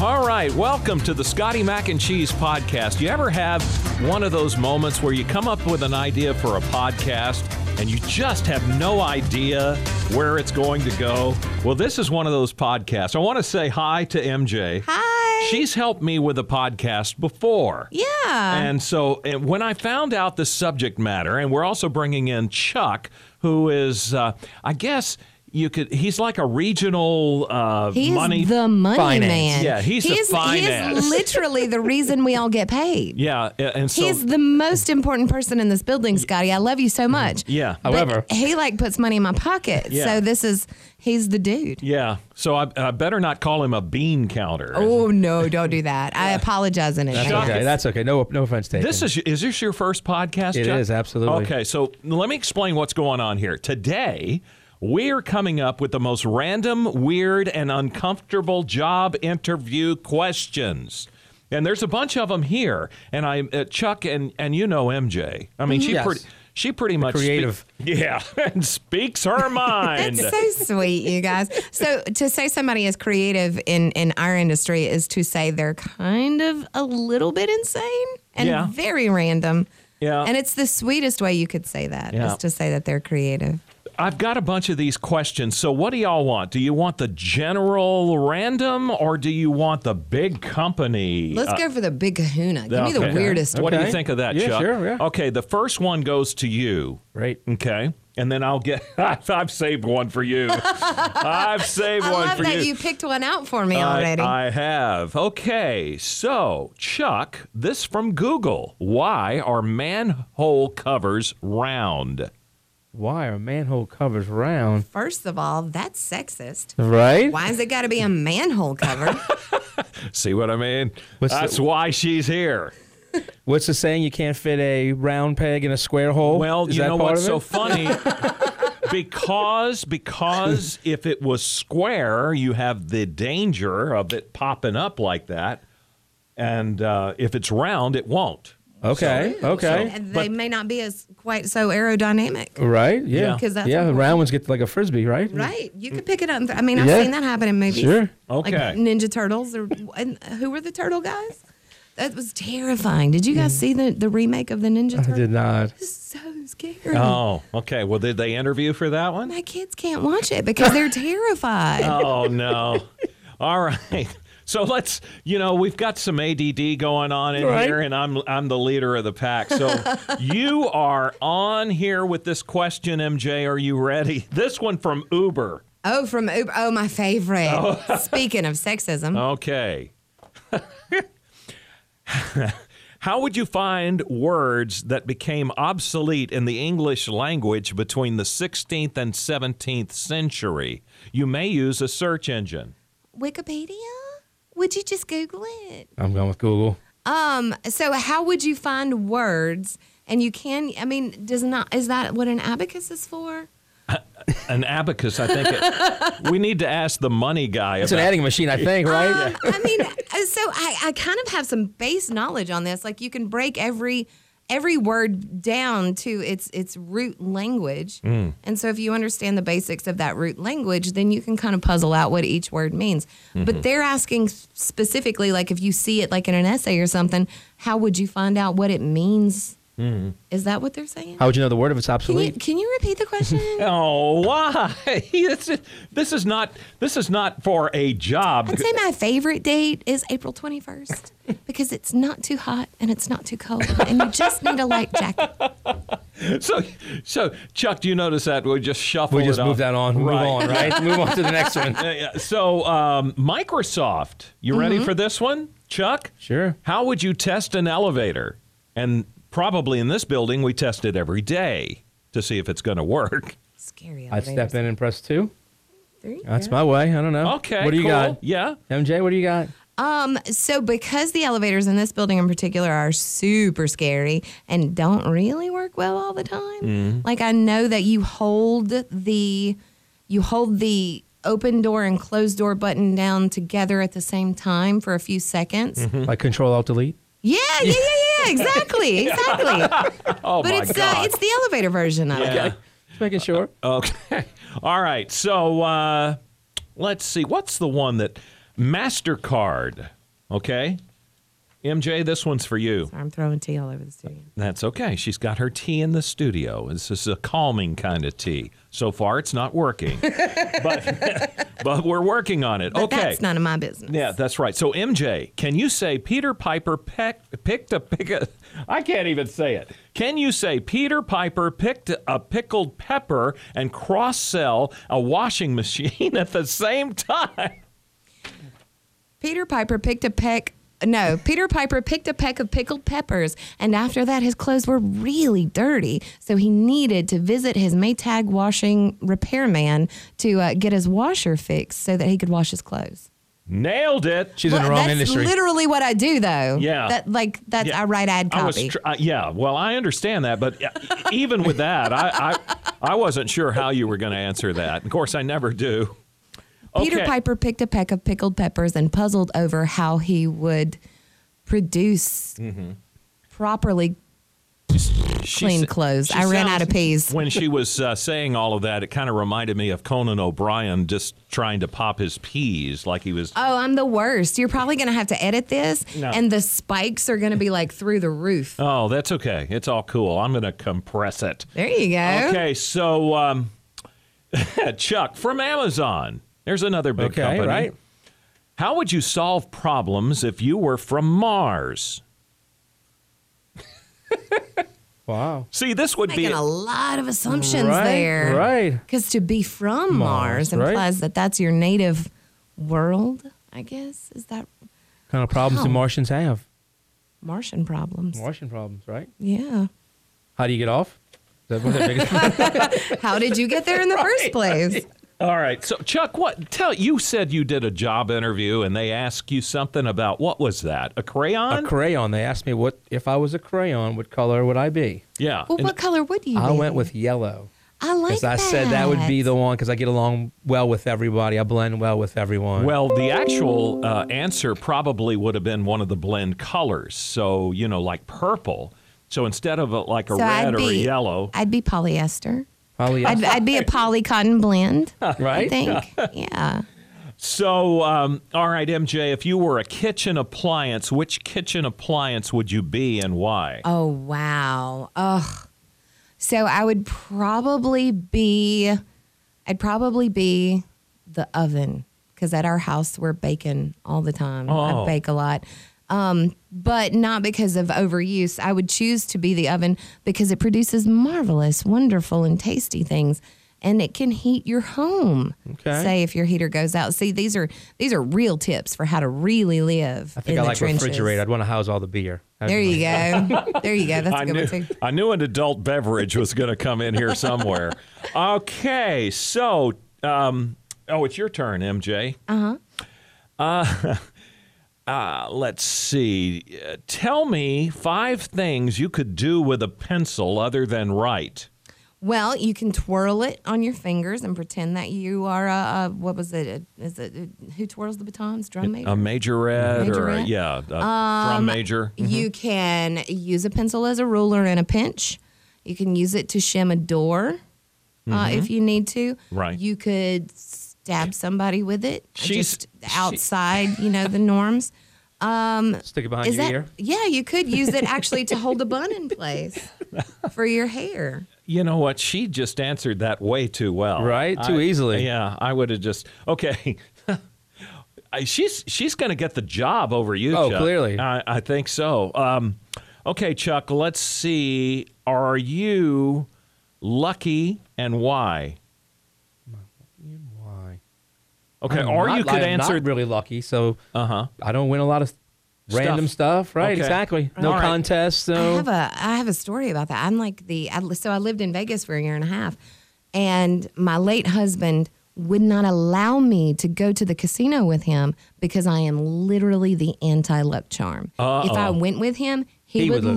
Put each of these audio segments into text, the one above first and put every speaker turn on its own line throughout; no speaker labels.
right, welcome to the Scotty Mac and Cheese podcast. You ever have one of those moments where you come up with an idea for a podcast and you just have no idea where it's going to go? Well, this is one of those podcasts. I want to say hi to MJ.
Hi.
She's helped me with a podcast before.
yeah.
And so and when I found out the subject matter, and we're also bringing in Chuck, who is, uh, I guess you could, he's like a regional uh,
He is
money.
the money
Finance.
man.
Yeah, he's the
he is, He
finance.
is literally the reason we all get paid.
yeah, a- and so
He's the most important person in this building, Scotty. I love you so much.
Mm-hmm. yeah,
But
However-
he like puts money in my pocket.
Yeah.
So this is he's the dude.
yeah. So I, I better not call him a bean counter.
Oh no, don't do that. I apologize in advance.
Chuck,
Okay, that's okay. No, no offense taken.
This is is this your first podcast?
It
Chuck?
is, absolutely.
Okay, so let me explain what's going on here today. We are coming up with the most random, weird, and uncomfortable job interview questions. And there's a bunch of them here. And I, uh, Chuck, and and you know MJ. I mean, she
Mm-hmm. Yes.
pretty she pretty much spe-
creative.
yeah, and speaks her mind.
That's so sweet, you guys. So to say somebody is creative in in our industry is to say they're kind of a little bit insane and
Yeah.
very random.
Yeah.
And it's the sweetest way you could say that is
Yeah.
to say that they're creative.
I've got a bunch of these questions. So, what do y'all want? Do you want the general random, or do you want the big company?
Let's go for the big kahuna. Give me the
Okay.
weirdest
What
one.
do you
Okay.
think of that,
Yeah,
Chuck?
sure, yeah.
Okay, the first one goes to you.
Right.
Okay. And then I'll get. I've, I've saved one for you. I've saved
I
one
love
for
that you. picked one out for me
I,
already.
I have. Okay. So, Chuck, this from Google. Why are manhole covers round?
why are manhole covers round?
First of all, that's sexist.
Right?
Why has it got to be a manhole cover?
See what I mean?
What's the-
That's why she's here.
What's the saying? You can't fit a round peg in a square hole.
Well,
Oh, Is
you
that
know
part
what's
of
so
it?
funny? because because if it was square, you have the danger of it popping up like that, and uh, if it's round, it won't.
Okay. Okay.
And they may not be as quite so aerodynamic.
right. Yeah.
Yeah.
'Cause that's
yeah. The
important.
round ones get like a frisbee, right?
Right. You could pick it up. and th- I mean, I've
Mm. Yeah.
seen that happen in movies.
Sure.
Like
Okay.
Ninja Turtles. Or, and who were the turtle guys? That was terrifying. Did you guys see the, the remake of the Ninja
Mm. I Uh-huh.
Turtles?
did not.
It's so scary.
Oh, okay. Well, did they interview for that one?
My kids can't watch it because they're terrified.
Uh-huh.
Oh no! All right. So let's, you know, we've got some ADD going on in
Right.
here, and I'm I'm the leader of the pack. So you are on here with this question, MJ. Are you ready? This one from Uber.
Oh, from Uber. Oh, my favorite.
Oh.
Speaking of sexism.
Uh-huh.
Okay. How would you find words that became obsolete in the English language between the 16th and 17th century? You may use a search engine.
Wikipedia? Would you just Google it?
I'm going with Google.
Um, so how would you find words? And you can, I mean, does not, is that what an abacus is for?
An abacus, I think. It, we need to ask the money guy
It's an
about.
adding machine, I think. Right.
Um, I mean, uh, so I, I kind of have some base knowledge on this. Like you can break every every word down to its its root language.
Hmm.
And so if you understand the basics of that root language, then you can kind of puzzle out what each word means.
Mm-hmm.
But they're asking specifically like if you see it like in an essay or something, how would you find out what it means? Is that what they're saying?
Mm-hmm. How would you know the word if it's
Can you,
obsolete?
can you repeat the question?
Oh, why? this, is, this is not this is not for a job.
I'd say my favorite date is April 21st because it's not too hot and it's not too cold and you just need a light jacket.
So, so Chuck, do you notice that we just shuffle?
we just
it
move that on. Move
Right.
on. Right. move on to the next one.
Yeah, Uh, yeah. So, um, Microsoft, you ready for this one, Chuck?
Mm-hmm. Sure.
How would you test an elevator? And probably in this building, we test it every day to see if it's going to work.
Scary.
I'd step in and press two.
There you
That's
go.
my way. I don't know.
Okay.
Oh, What do you
cool.
got?
Yeah.
MJ, what do you got?
Um, so because the elevators in this building in particular are super scary and don't really work well all the time. Like I know that you hold the you hold the open door and closed door button down together at the same time for a few seconds.
Hmm.
Like Control Alt Delete.
Yeah, yeah, yeah, yeah, exactly. Exactly.
Oh
but
my
it's
God.
Uh, it's the elevator version of it.
Yeah.
Just making sure.
Uh, Okay. All right. So uh, let's see. What's the one that MasterCard? Okay. MJ, this one's for you.
I'm throwing tea all over the studio.
That's okay. She's got her tea in the studio. This is a calming kind of tea. So far, it's not working, but but we're working on it.
But
okay.
that's none of my business.
yeah, that's right. So MJ, can you say Peter Piper peck, picked a pick a, I can't even say it. Can you say Peter Piper picked a pickled pepper and cross sell a washing machine at the same time?
Peter Piper picked a peck. No, Peter Piper picked a peck of pickled peppers, and after that, his clothes were really dirty. So he needed to visit his Maytag washing repairman to uh, get his washer fixed so that he could wash his clothes.
Nailed it.
She's in the
Well,
wrong
that's
industry.
literally what I do, though.
Yeah.
That, like, that's,
Yeah.
I write ad
I was
copy.
tr- uh, yeah, well, I understand that, but uh, even with that, I, I I wasn't sure how you were going to answer that. Of course, I never do.
Peter
Okay.
Piper picked a peck of pickled peppers and puzzled over how he would produce
Mm-hmm.
properly
She
clean
sa-
clothes.
she
I ran
sounds-
out of peas.
When she was uh, saying all of that, it kind of reminded me of Conan O'Brien just trying to pop his peas like he was.
Oh, I'm the worst. You're probably going to have to edit this,
No.
and the spikes are going to be like through the roof.
Oh, that's okay. It's all cool. I'm going to compress it.
There you go.
Okay, so um, Chuck from Amazon. There's another big
Okay,
company.
right.
How would you solve problems if you were from Mars?
Wow.
See, this would be
Making a lot of assumptions
Right,
there.
right.
Because to be from Mars,
Mars, right.
implies that that's your native world, I guess. Is that
kind of problems do
Wow.
Martians have?
Martian problems?
Martian problems, right?
Yeah.
How do you get off? Is that one of their biggest-
How did you get there in the first place?
all right. So, Chuck, what? Tell you said you did a job interview and they asked you something about what was that? A
a
crayon?
crayon. They asked me what if I was a crayon, what color would I be?
yeah.
Well,
And-
what color would you?
I
be?
went with yellow
I like
because I said that would be the one because I get along well with everybody. I blend well with everyone.
well, the actual uh, answer probably would have been one of the blend colors. So, you know, like purple. So instead of a, like a
So I'd
red or a
be-
yellow,
I'd be polyester.
Probably
I'd, I'd be a poly cotton blend. I
right.
think. Yeah.
So, um, all right, MJ, if you were a kitchen appliance, which kitchen appliance would you be and why?
Oh wow. Ugh. So I would probably be, I'd probably be the oven because at our house we're baking all the time.
Oh.
I bake a lot. Um, but not because of overuse. I would choose to be the oven because it produces marvelous, wonderful, and tasty things, and it can heat your home.
Okay.
Say if your heater goes out. See, these are these are real tips for how to really live.
I think
in
I
the
like
trenches.
refrigerator. I'd want to house all the beer. That'd
There
be
you go. There you go. That's a
I
good
knew,
one too.
I knew an adult beverage was going to come in here somewhere. okay, so, um, oh, it's your turn, MJ. Uh-huh. Uh, let's see. Uh, tell me five things you could do with a pencil other than write.
Well, you can twirl it on your fingers and pretend that you are a, a what was it? A, is it a, who twirls the batons? Drum major.
A majorette, or a,
Majorette? Um,
yeah, a drum major.
You can use a pencil as a ruler in a pinch. You can use it to shim a door uh, if you need to.
Mm-hmm. Right.
You could stab somebody with it. uh,
She's-
just outside, you know, the norms.
nice. Stick it behind
Is
your
that
ear.
yeah? You could use it actually to hold a bun in place for your hair.
You know what? She just answered that way too well.
Right? Too
I-
easily.
Yeah, I would have just okay. I- she's she's going to get the job over you.
Oh,
Chuck.
clearly.
I, I think so. Um, okay, Chuck. Let's see. Are you lucky and why?
Why?
Okay,
I'm
or
not-
you could
I'm
answer.
Not really lucky, so
uh huh.
I don't win a lot of random stuff. Right?
Okay.
Exactly. No
All right.
contests.
I
No.
have a I have a story about that. I'm like the I, so I lived in Vegas for a year and a half, and my late husband would not allow me to go to the casino with him because I am literally the anti luck charm. If I went with him, he,
He
would,
would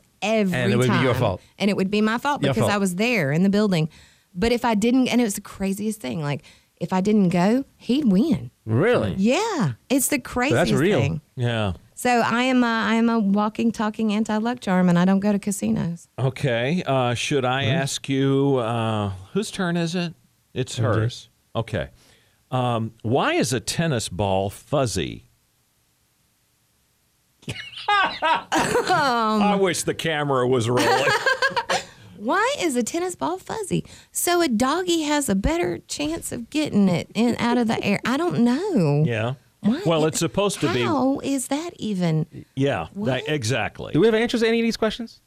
lose every
And it would be
time.
your fault.
And it would be my fault
Your
because I
fault.
was there in the building. But if I didn't, and it was the craziest thing. Like if I didn't go, he'd win.
really?
Yeah, it's the craziest
real.
thing.
Yeah.
So I am a, I am a walking, talking anti luck charm, and I don't go to casinos.
Okay. Uh, should I
Mm-hmm.
ask you uh, whose turn is it? It's hers. Okay. Um, why is a tennis ball fuzzy?
Um.
I wish the camera was rolling.
Why is a tennis ball fuzzy? So a doggy has a better chance of getting it in out of the air. I don't know.
yeah.
Why
Well,
i-
it's supposed to be.
How is that even?
Yeah, that-
What?
exactly.
Do we have answers to any of these questions?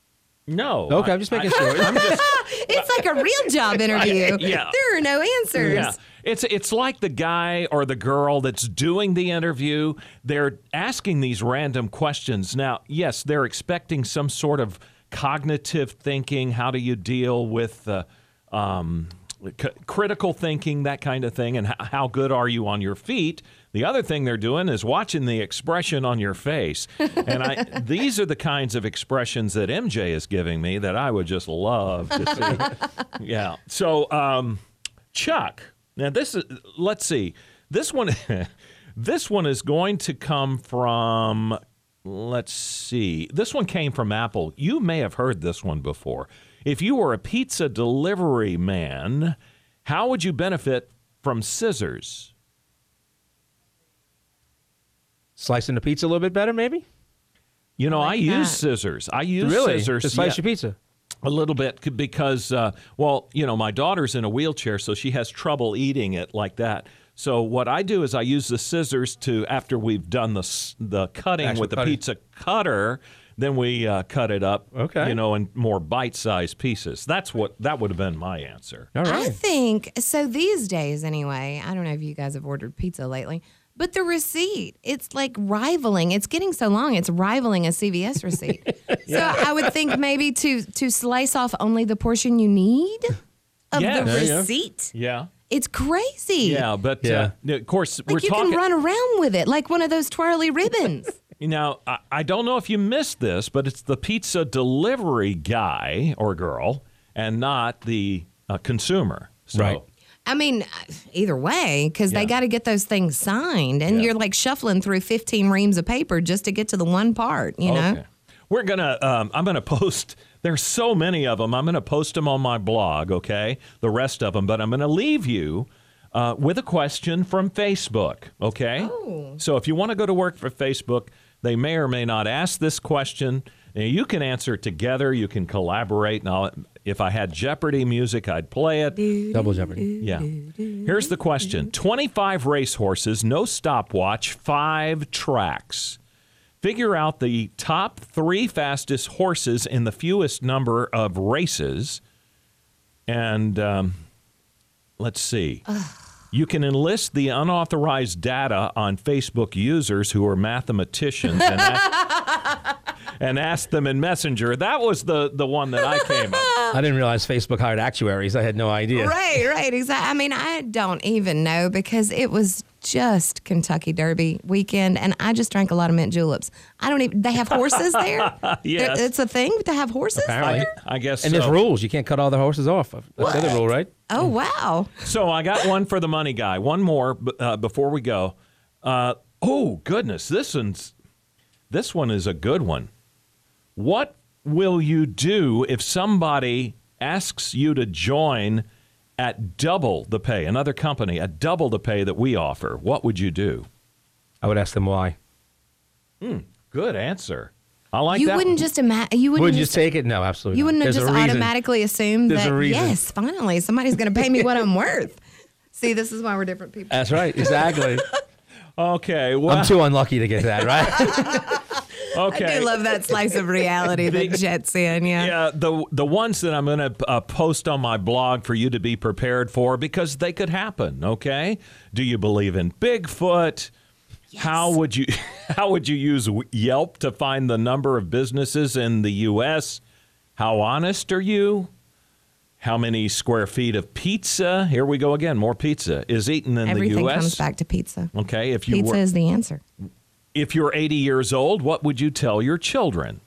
no.
Okay,
I-
I'm just making
I-
sure.
I'm just,
It's like a real job interview.
Yeah.
There are no answers.
yeah. It's it's like the guy or the girl that's doing the interview. They're asking these random questions. Now, yes, they're expecting some sort of cognitive thinking. How do you deal with uh, um, c- critical thinking, that kind of thing, and h- how good are you on your feet? The other thing they're doing is watching the expression on your face. And I, these are the kinds of expressions that MJ is giving me that I would just love to see. yeah. So, um, Chuck. Now this is let's see. This one this one is going to come from let's see. This one came from Apple. You may have heard this one before. If you were a pizza delivery man, how would you benefit from scissors?
Slicing the pizza a little bit better, maybe.
You know, I,
like
use
that.
scissors. I use
really,
scissors
to slice
yeah,
your pizza.
a little bit c- because, uh, well, you know, my daughter's in a wheelchair, so she has trouble eating it like that. So what I do is I use the scissors to after we've done the s- the cutting
Actual
with the
cutting.
pizza cutter, then we uh, cut it up,
Okay.
you know, in more bite-sized pieces. That's what that would have been my answer.
All
I
right.
think so these days anyway. I don't know if you guys have ordered pizza lately, but the receipt, it's like rivaling. It's getting so long, it's rivaling a CVS receipt. So I would think maybe to to slice off only the portion you need of
Yeah.
the
There
you go.
receipt.
Yeah,
It's crazy.
yeah, but
Yeah.
Uh, of course we're
Like you
talking.
can run around with it like one of those twirly ribbons.
Now, I, I don't know if you missed this, but it's the pizza delivery guy or girl and not the uh, consumer. So,
Right.
I mean, either way, because
Yeah.
they got to get those things signed, and
Yeah.
you're like shuffling through 15 reams of paper just to get to the one part, you know?
Okay. We're going to, um, I'm going to post, there's so many of them. I'm going to post them on my blog, okay? The rest of them, but I'm going to leave you uh, with a question from Facebook, okay?
Oh.
So if you want to go to work for Facebook, they may or may not ask this question. Now, you can answer it together, you can collaborate. Now, if I had Jeopardy music, I'd play it.
Double jeopardy.
Yeah. Here's the question 25 racehorses, no stopwatch, five tracks. Figure out the top three fastest horses in the fewest number of races. And um, let's see. You can enlist the unauthorized data on Facebook users who are mathematicians and ask, and ask them in Messenger. That was the, the one that I came up with.
I didn't realize Facebook hired actuaries. I had no idea.
Right, right, exactly. I mean, I don't even know because it was just Kentucky Derby weekend, and I just drank a lot of mint juleps. I don't even. They have horses there.
Yes.
There- it's a thing to have horses.
Apparently.
there?
I guess
And there's
so.
rules. You can't cut all the horses off. That's the other rule, right?
Oh wow!
So I got one for the money guy. One more b- uh, before we go. Uh, oh goodness, this one's this one is a good one. What will you do if somebody asks you to join at double the pay? Another company at double the pay that we offer. What would you do?
I would ask them why.
Good answer. I like
you
that.
wouldn't just imagine. You wouldn't.
Would you
just,
take it? No, absolutely.
you
not.
wouldn't have
There's a
just
reason.
automatically assumed
There's a
that
reason.
yes, finally somebody's going to pay me what I'm worth. See, this is why we're different people.
That's right. Exactly.
okay. Well,
I'm too unlucky to get that right.
okay.
I do love that slice of reality that jets in.
Yeah, the the ones that I'm going to uh, post on my blog for you to be prepared for because they could happen. Okay, do you believe in Bigfoot? How would you how would you use Yelp to find the number of businesses in the U.S.? How honest are you? How many square feet of pizza? Here we go again. More pizza is eaten in the
Everything
U.S.
comes back to pizza.
Okay, if you
Pizza
were
is the answer.
if you're 80 years old, what would you tell your children?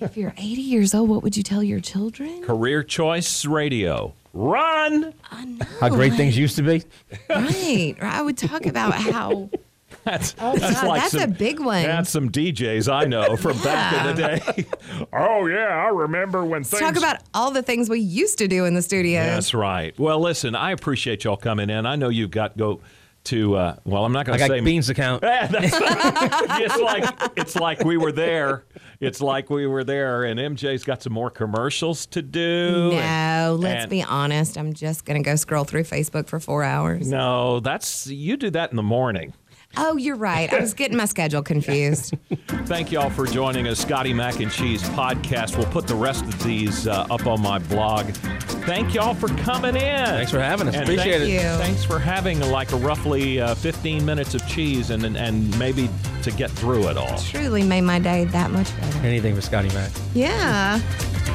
If you're 80 years old, what would you tell your children?
Career Choice Radio. Run.
I know.
How great things used to be.
Right. right. I would talk about how.
That's,
that's Oh, God, like that's some- a big one.
That's
that's
some DJs I know from back in the day. oh yeah, I remember when things.
Talk about all the things we used to do in the studio.
That's right. Well, listen, I appreciate y'all coming in. I know you've got go to uh, well, I'm not going
I
to
got
say
beans to count.
Yeah, that's- it's like it's like we were there. It's like we were there, and MJ's got some more commercials to do. and-
No, let's
and-
be honest. I'm just going to go scroll through Facebook for four hours.
No, that's you do that in the morning.
Oh, you're right. I was getting my schedule confused.
Thank y'all for joining us, Scotty Mac and Cheese podcast. We'll put the rest of these uh, up on my blog. Thank y'all for coming in. Thanks
for having us. Appreciate
it. Thank you.
Thanks for having like roughly uh, 15 minutes of cheese and, and and maybe to get through it all.
Truly made my day that much better.
Anything for Scotty Mac.
Yeah.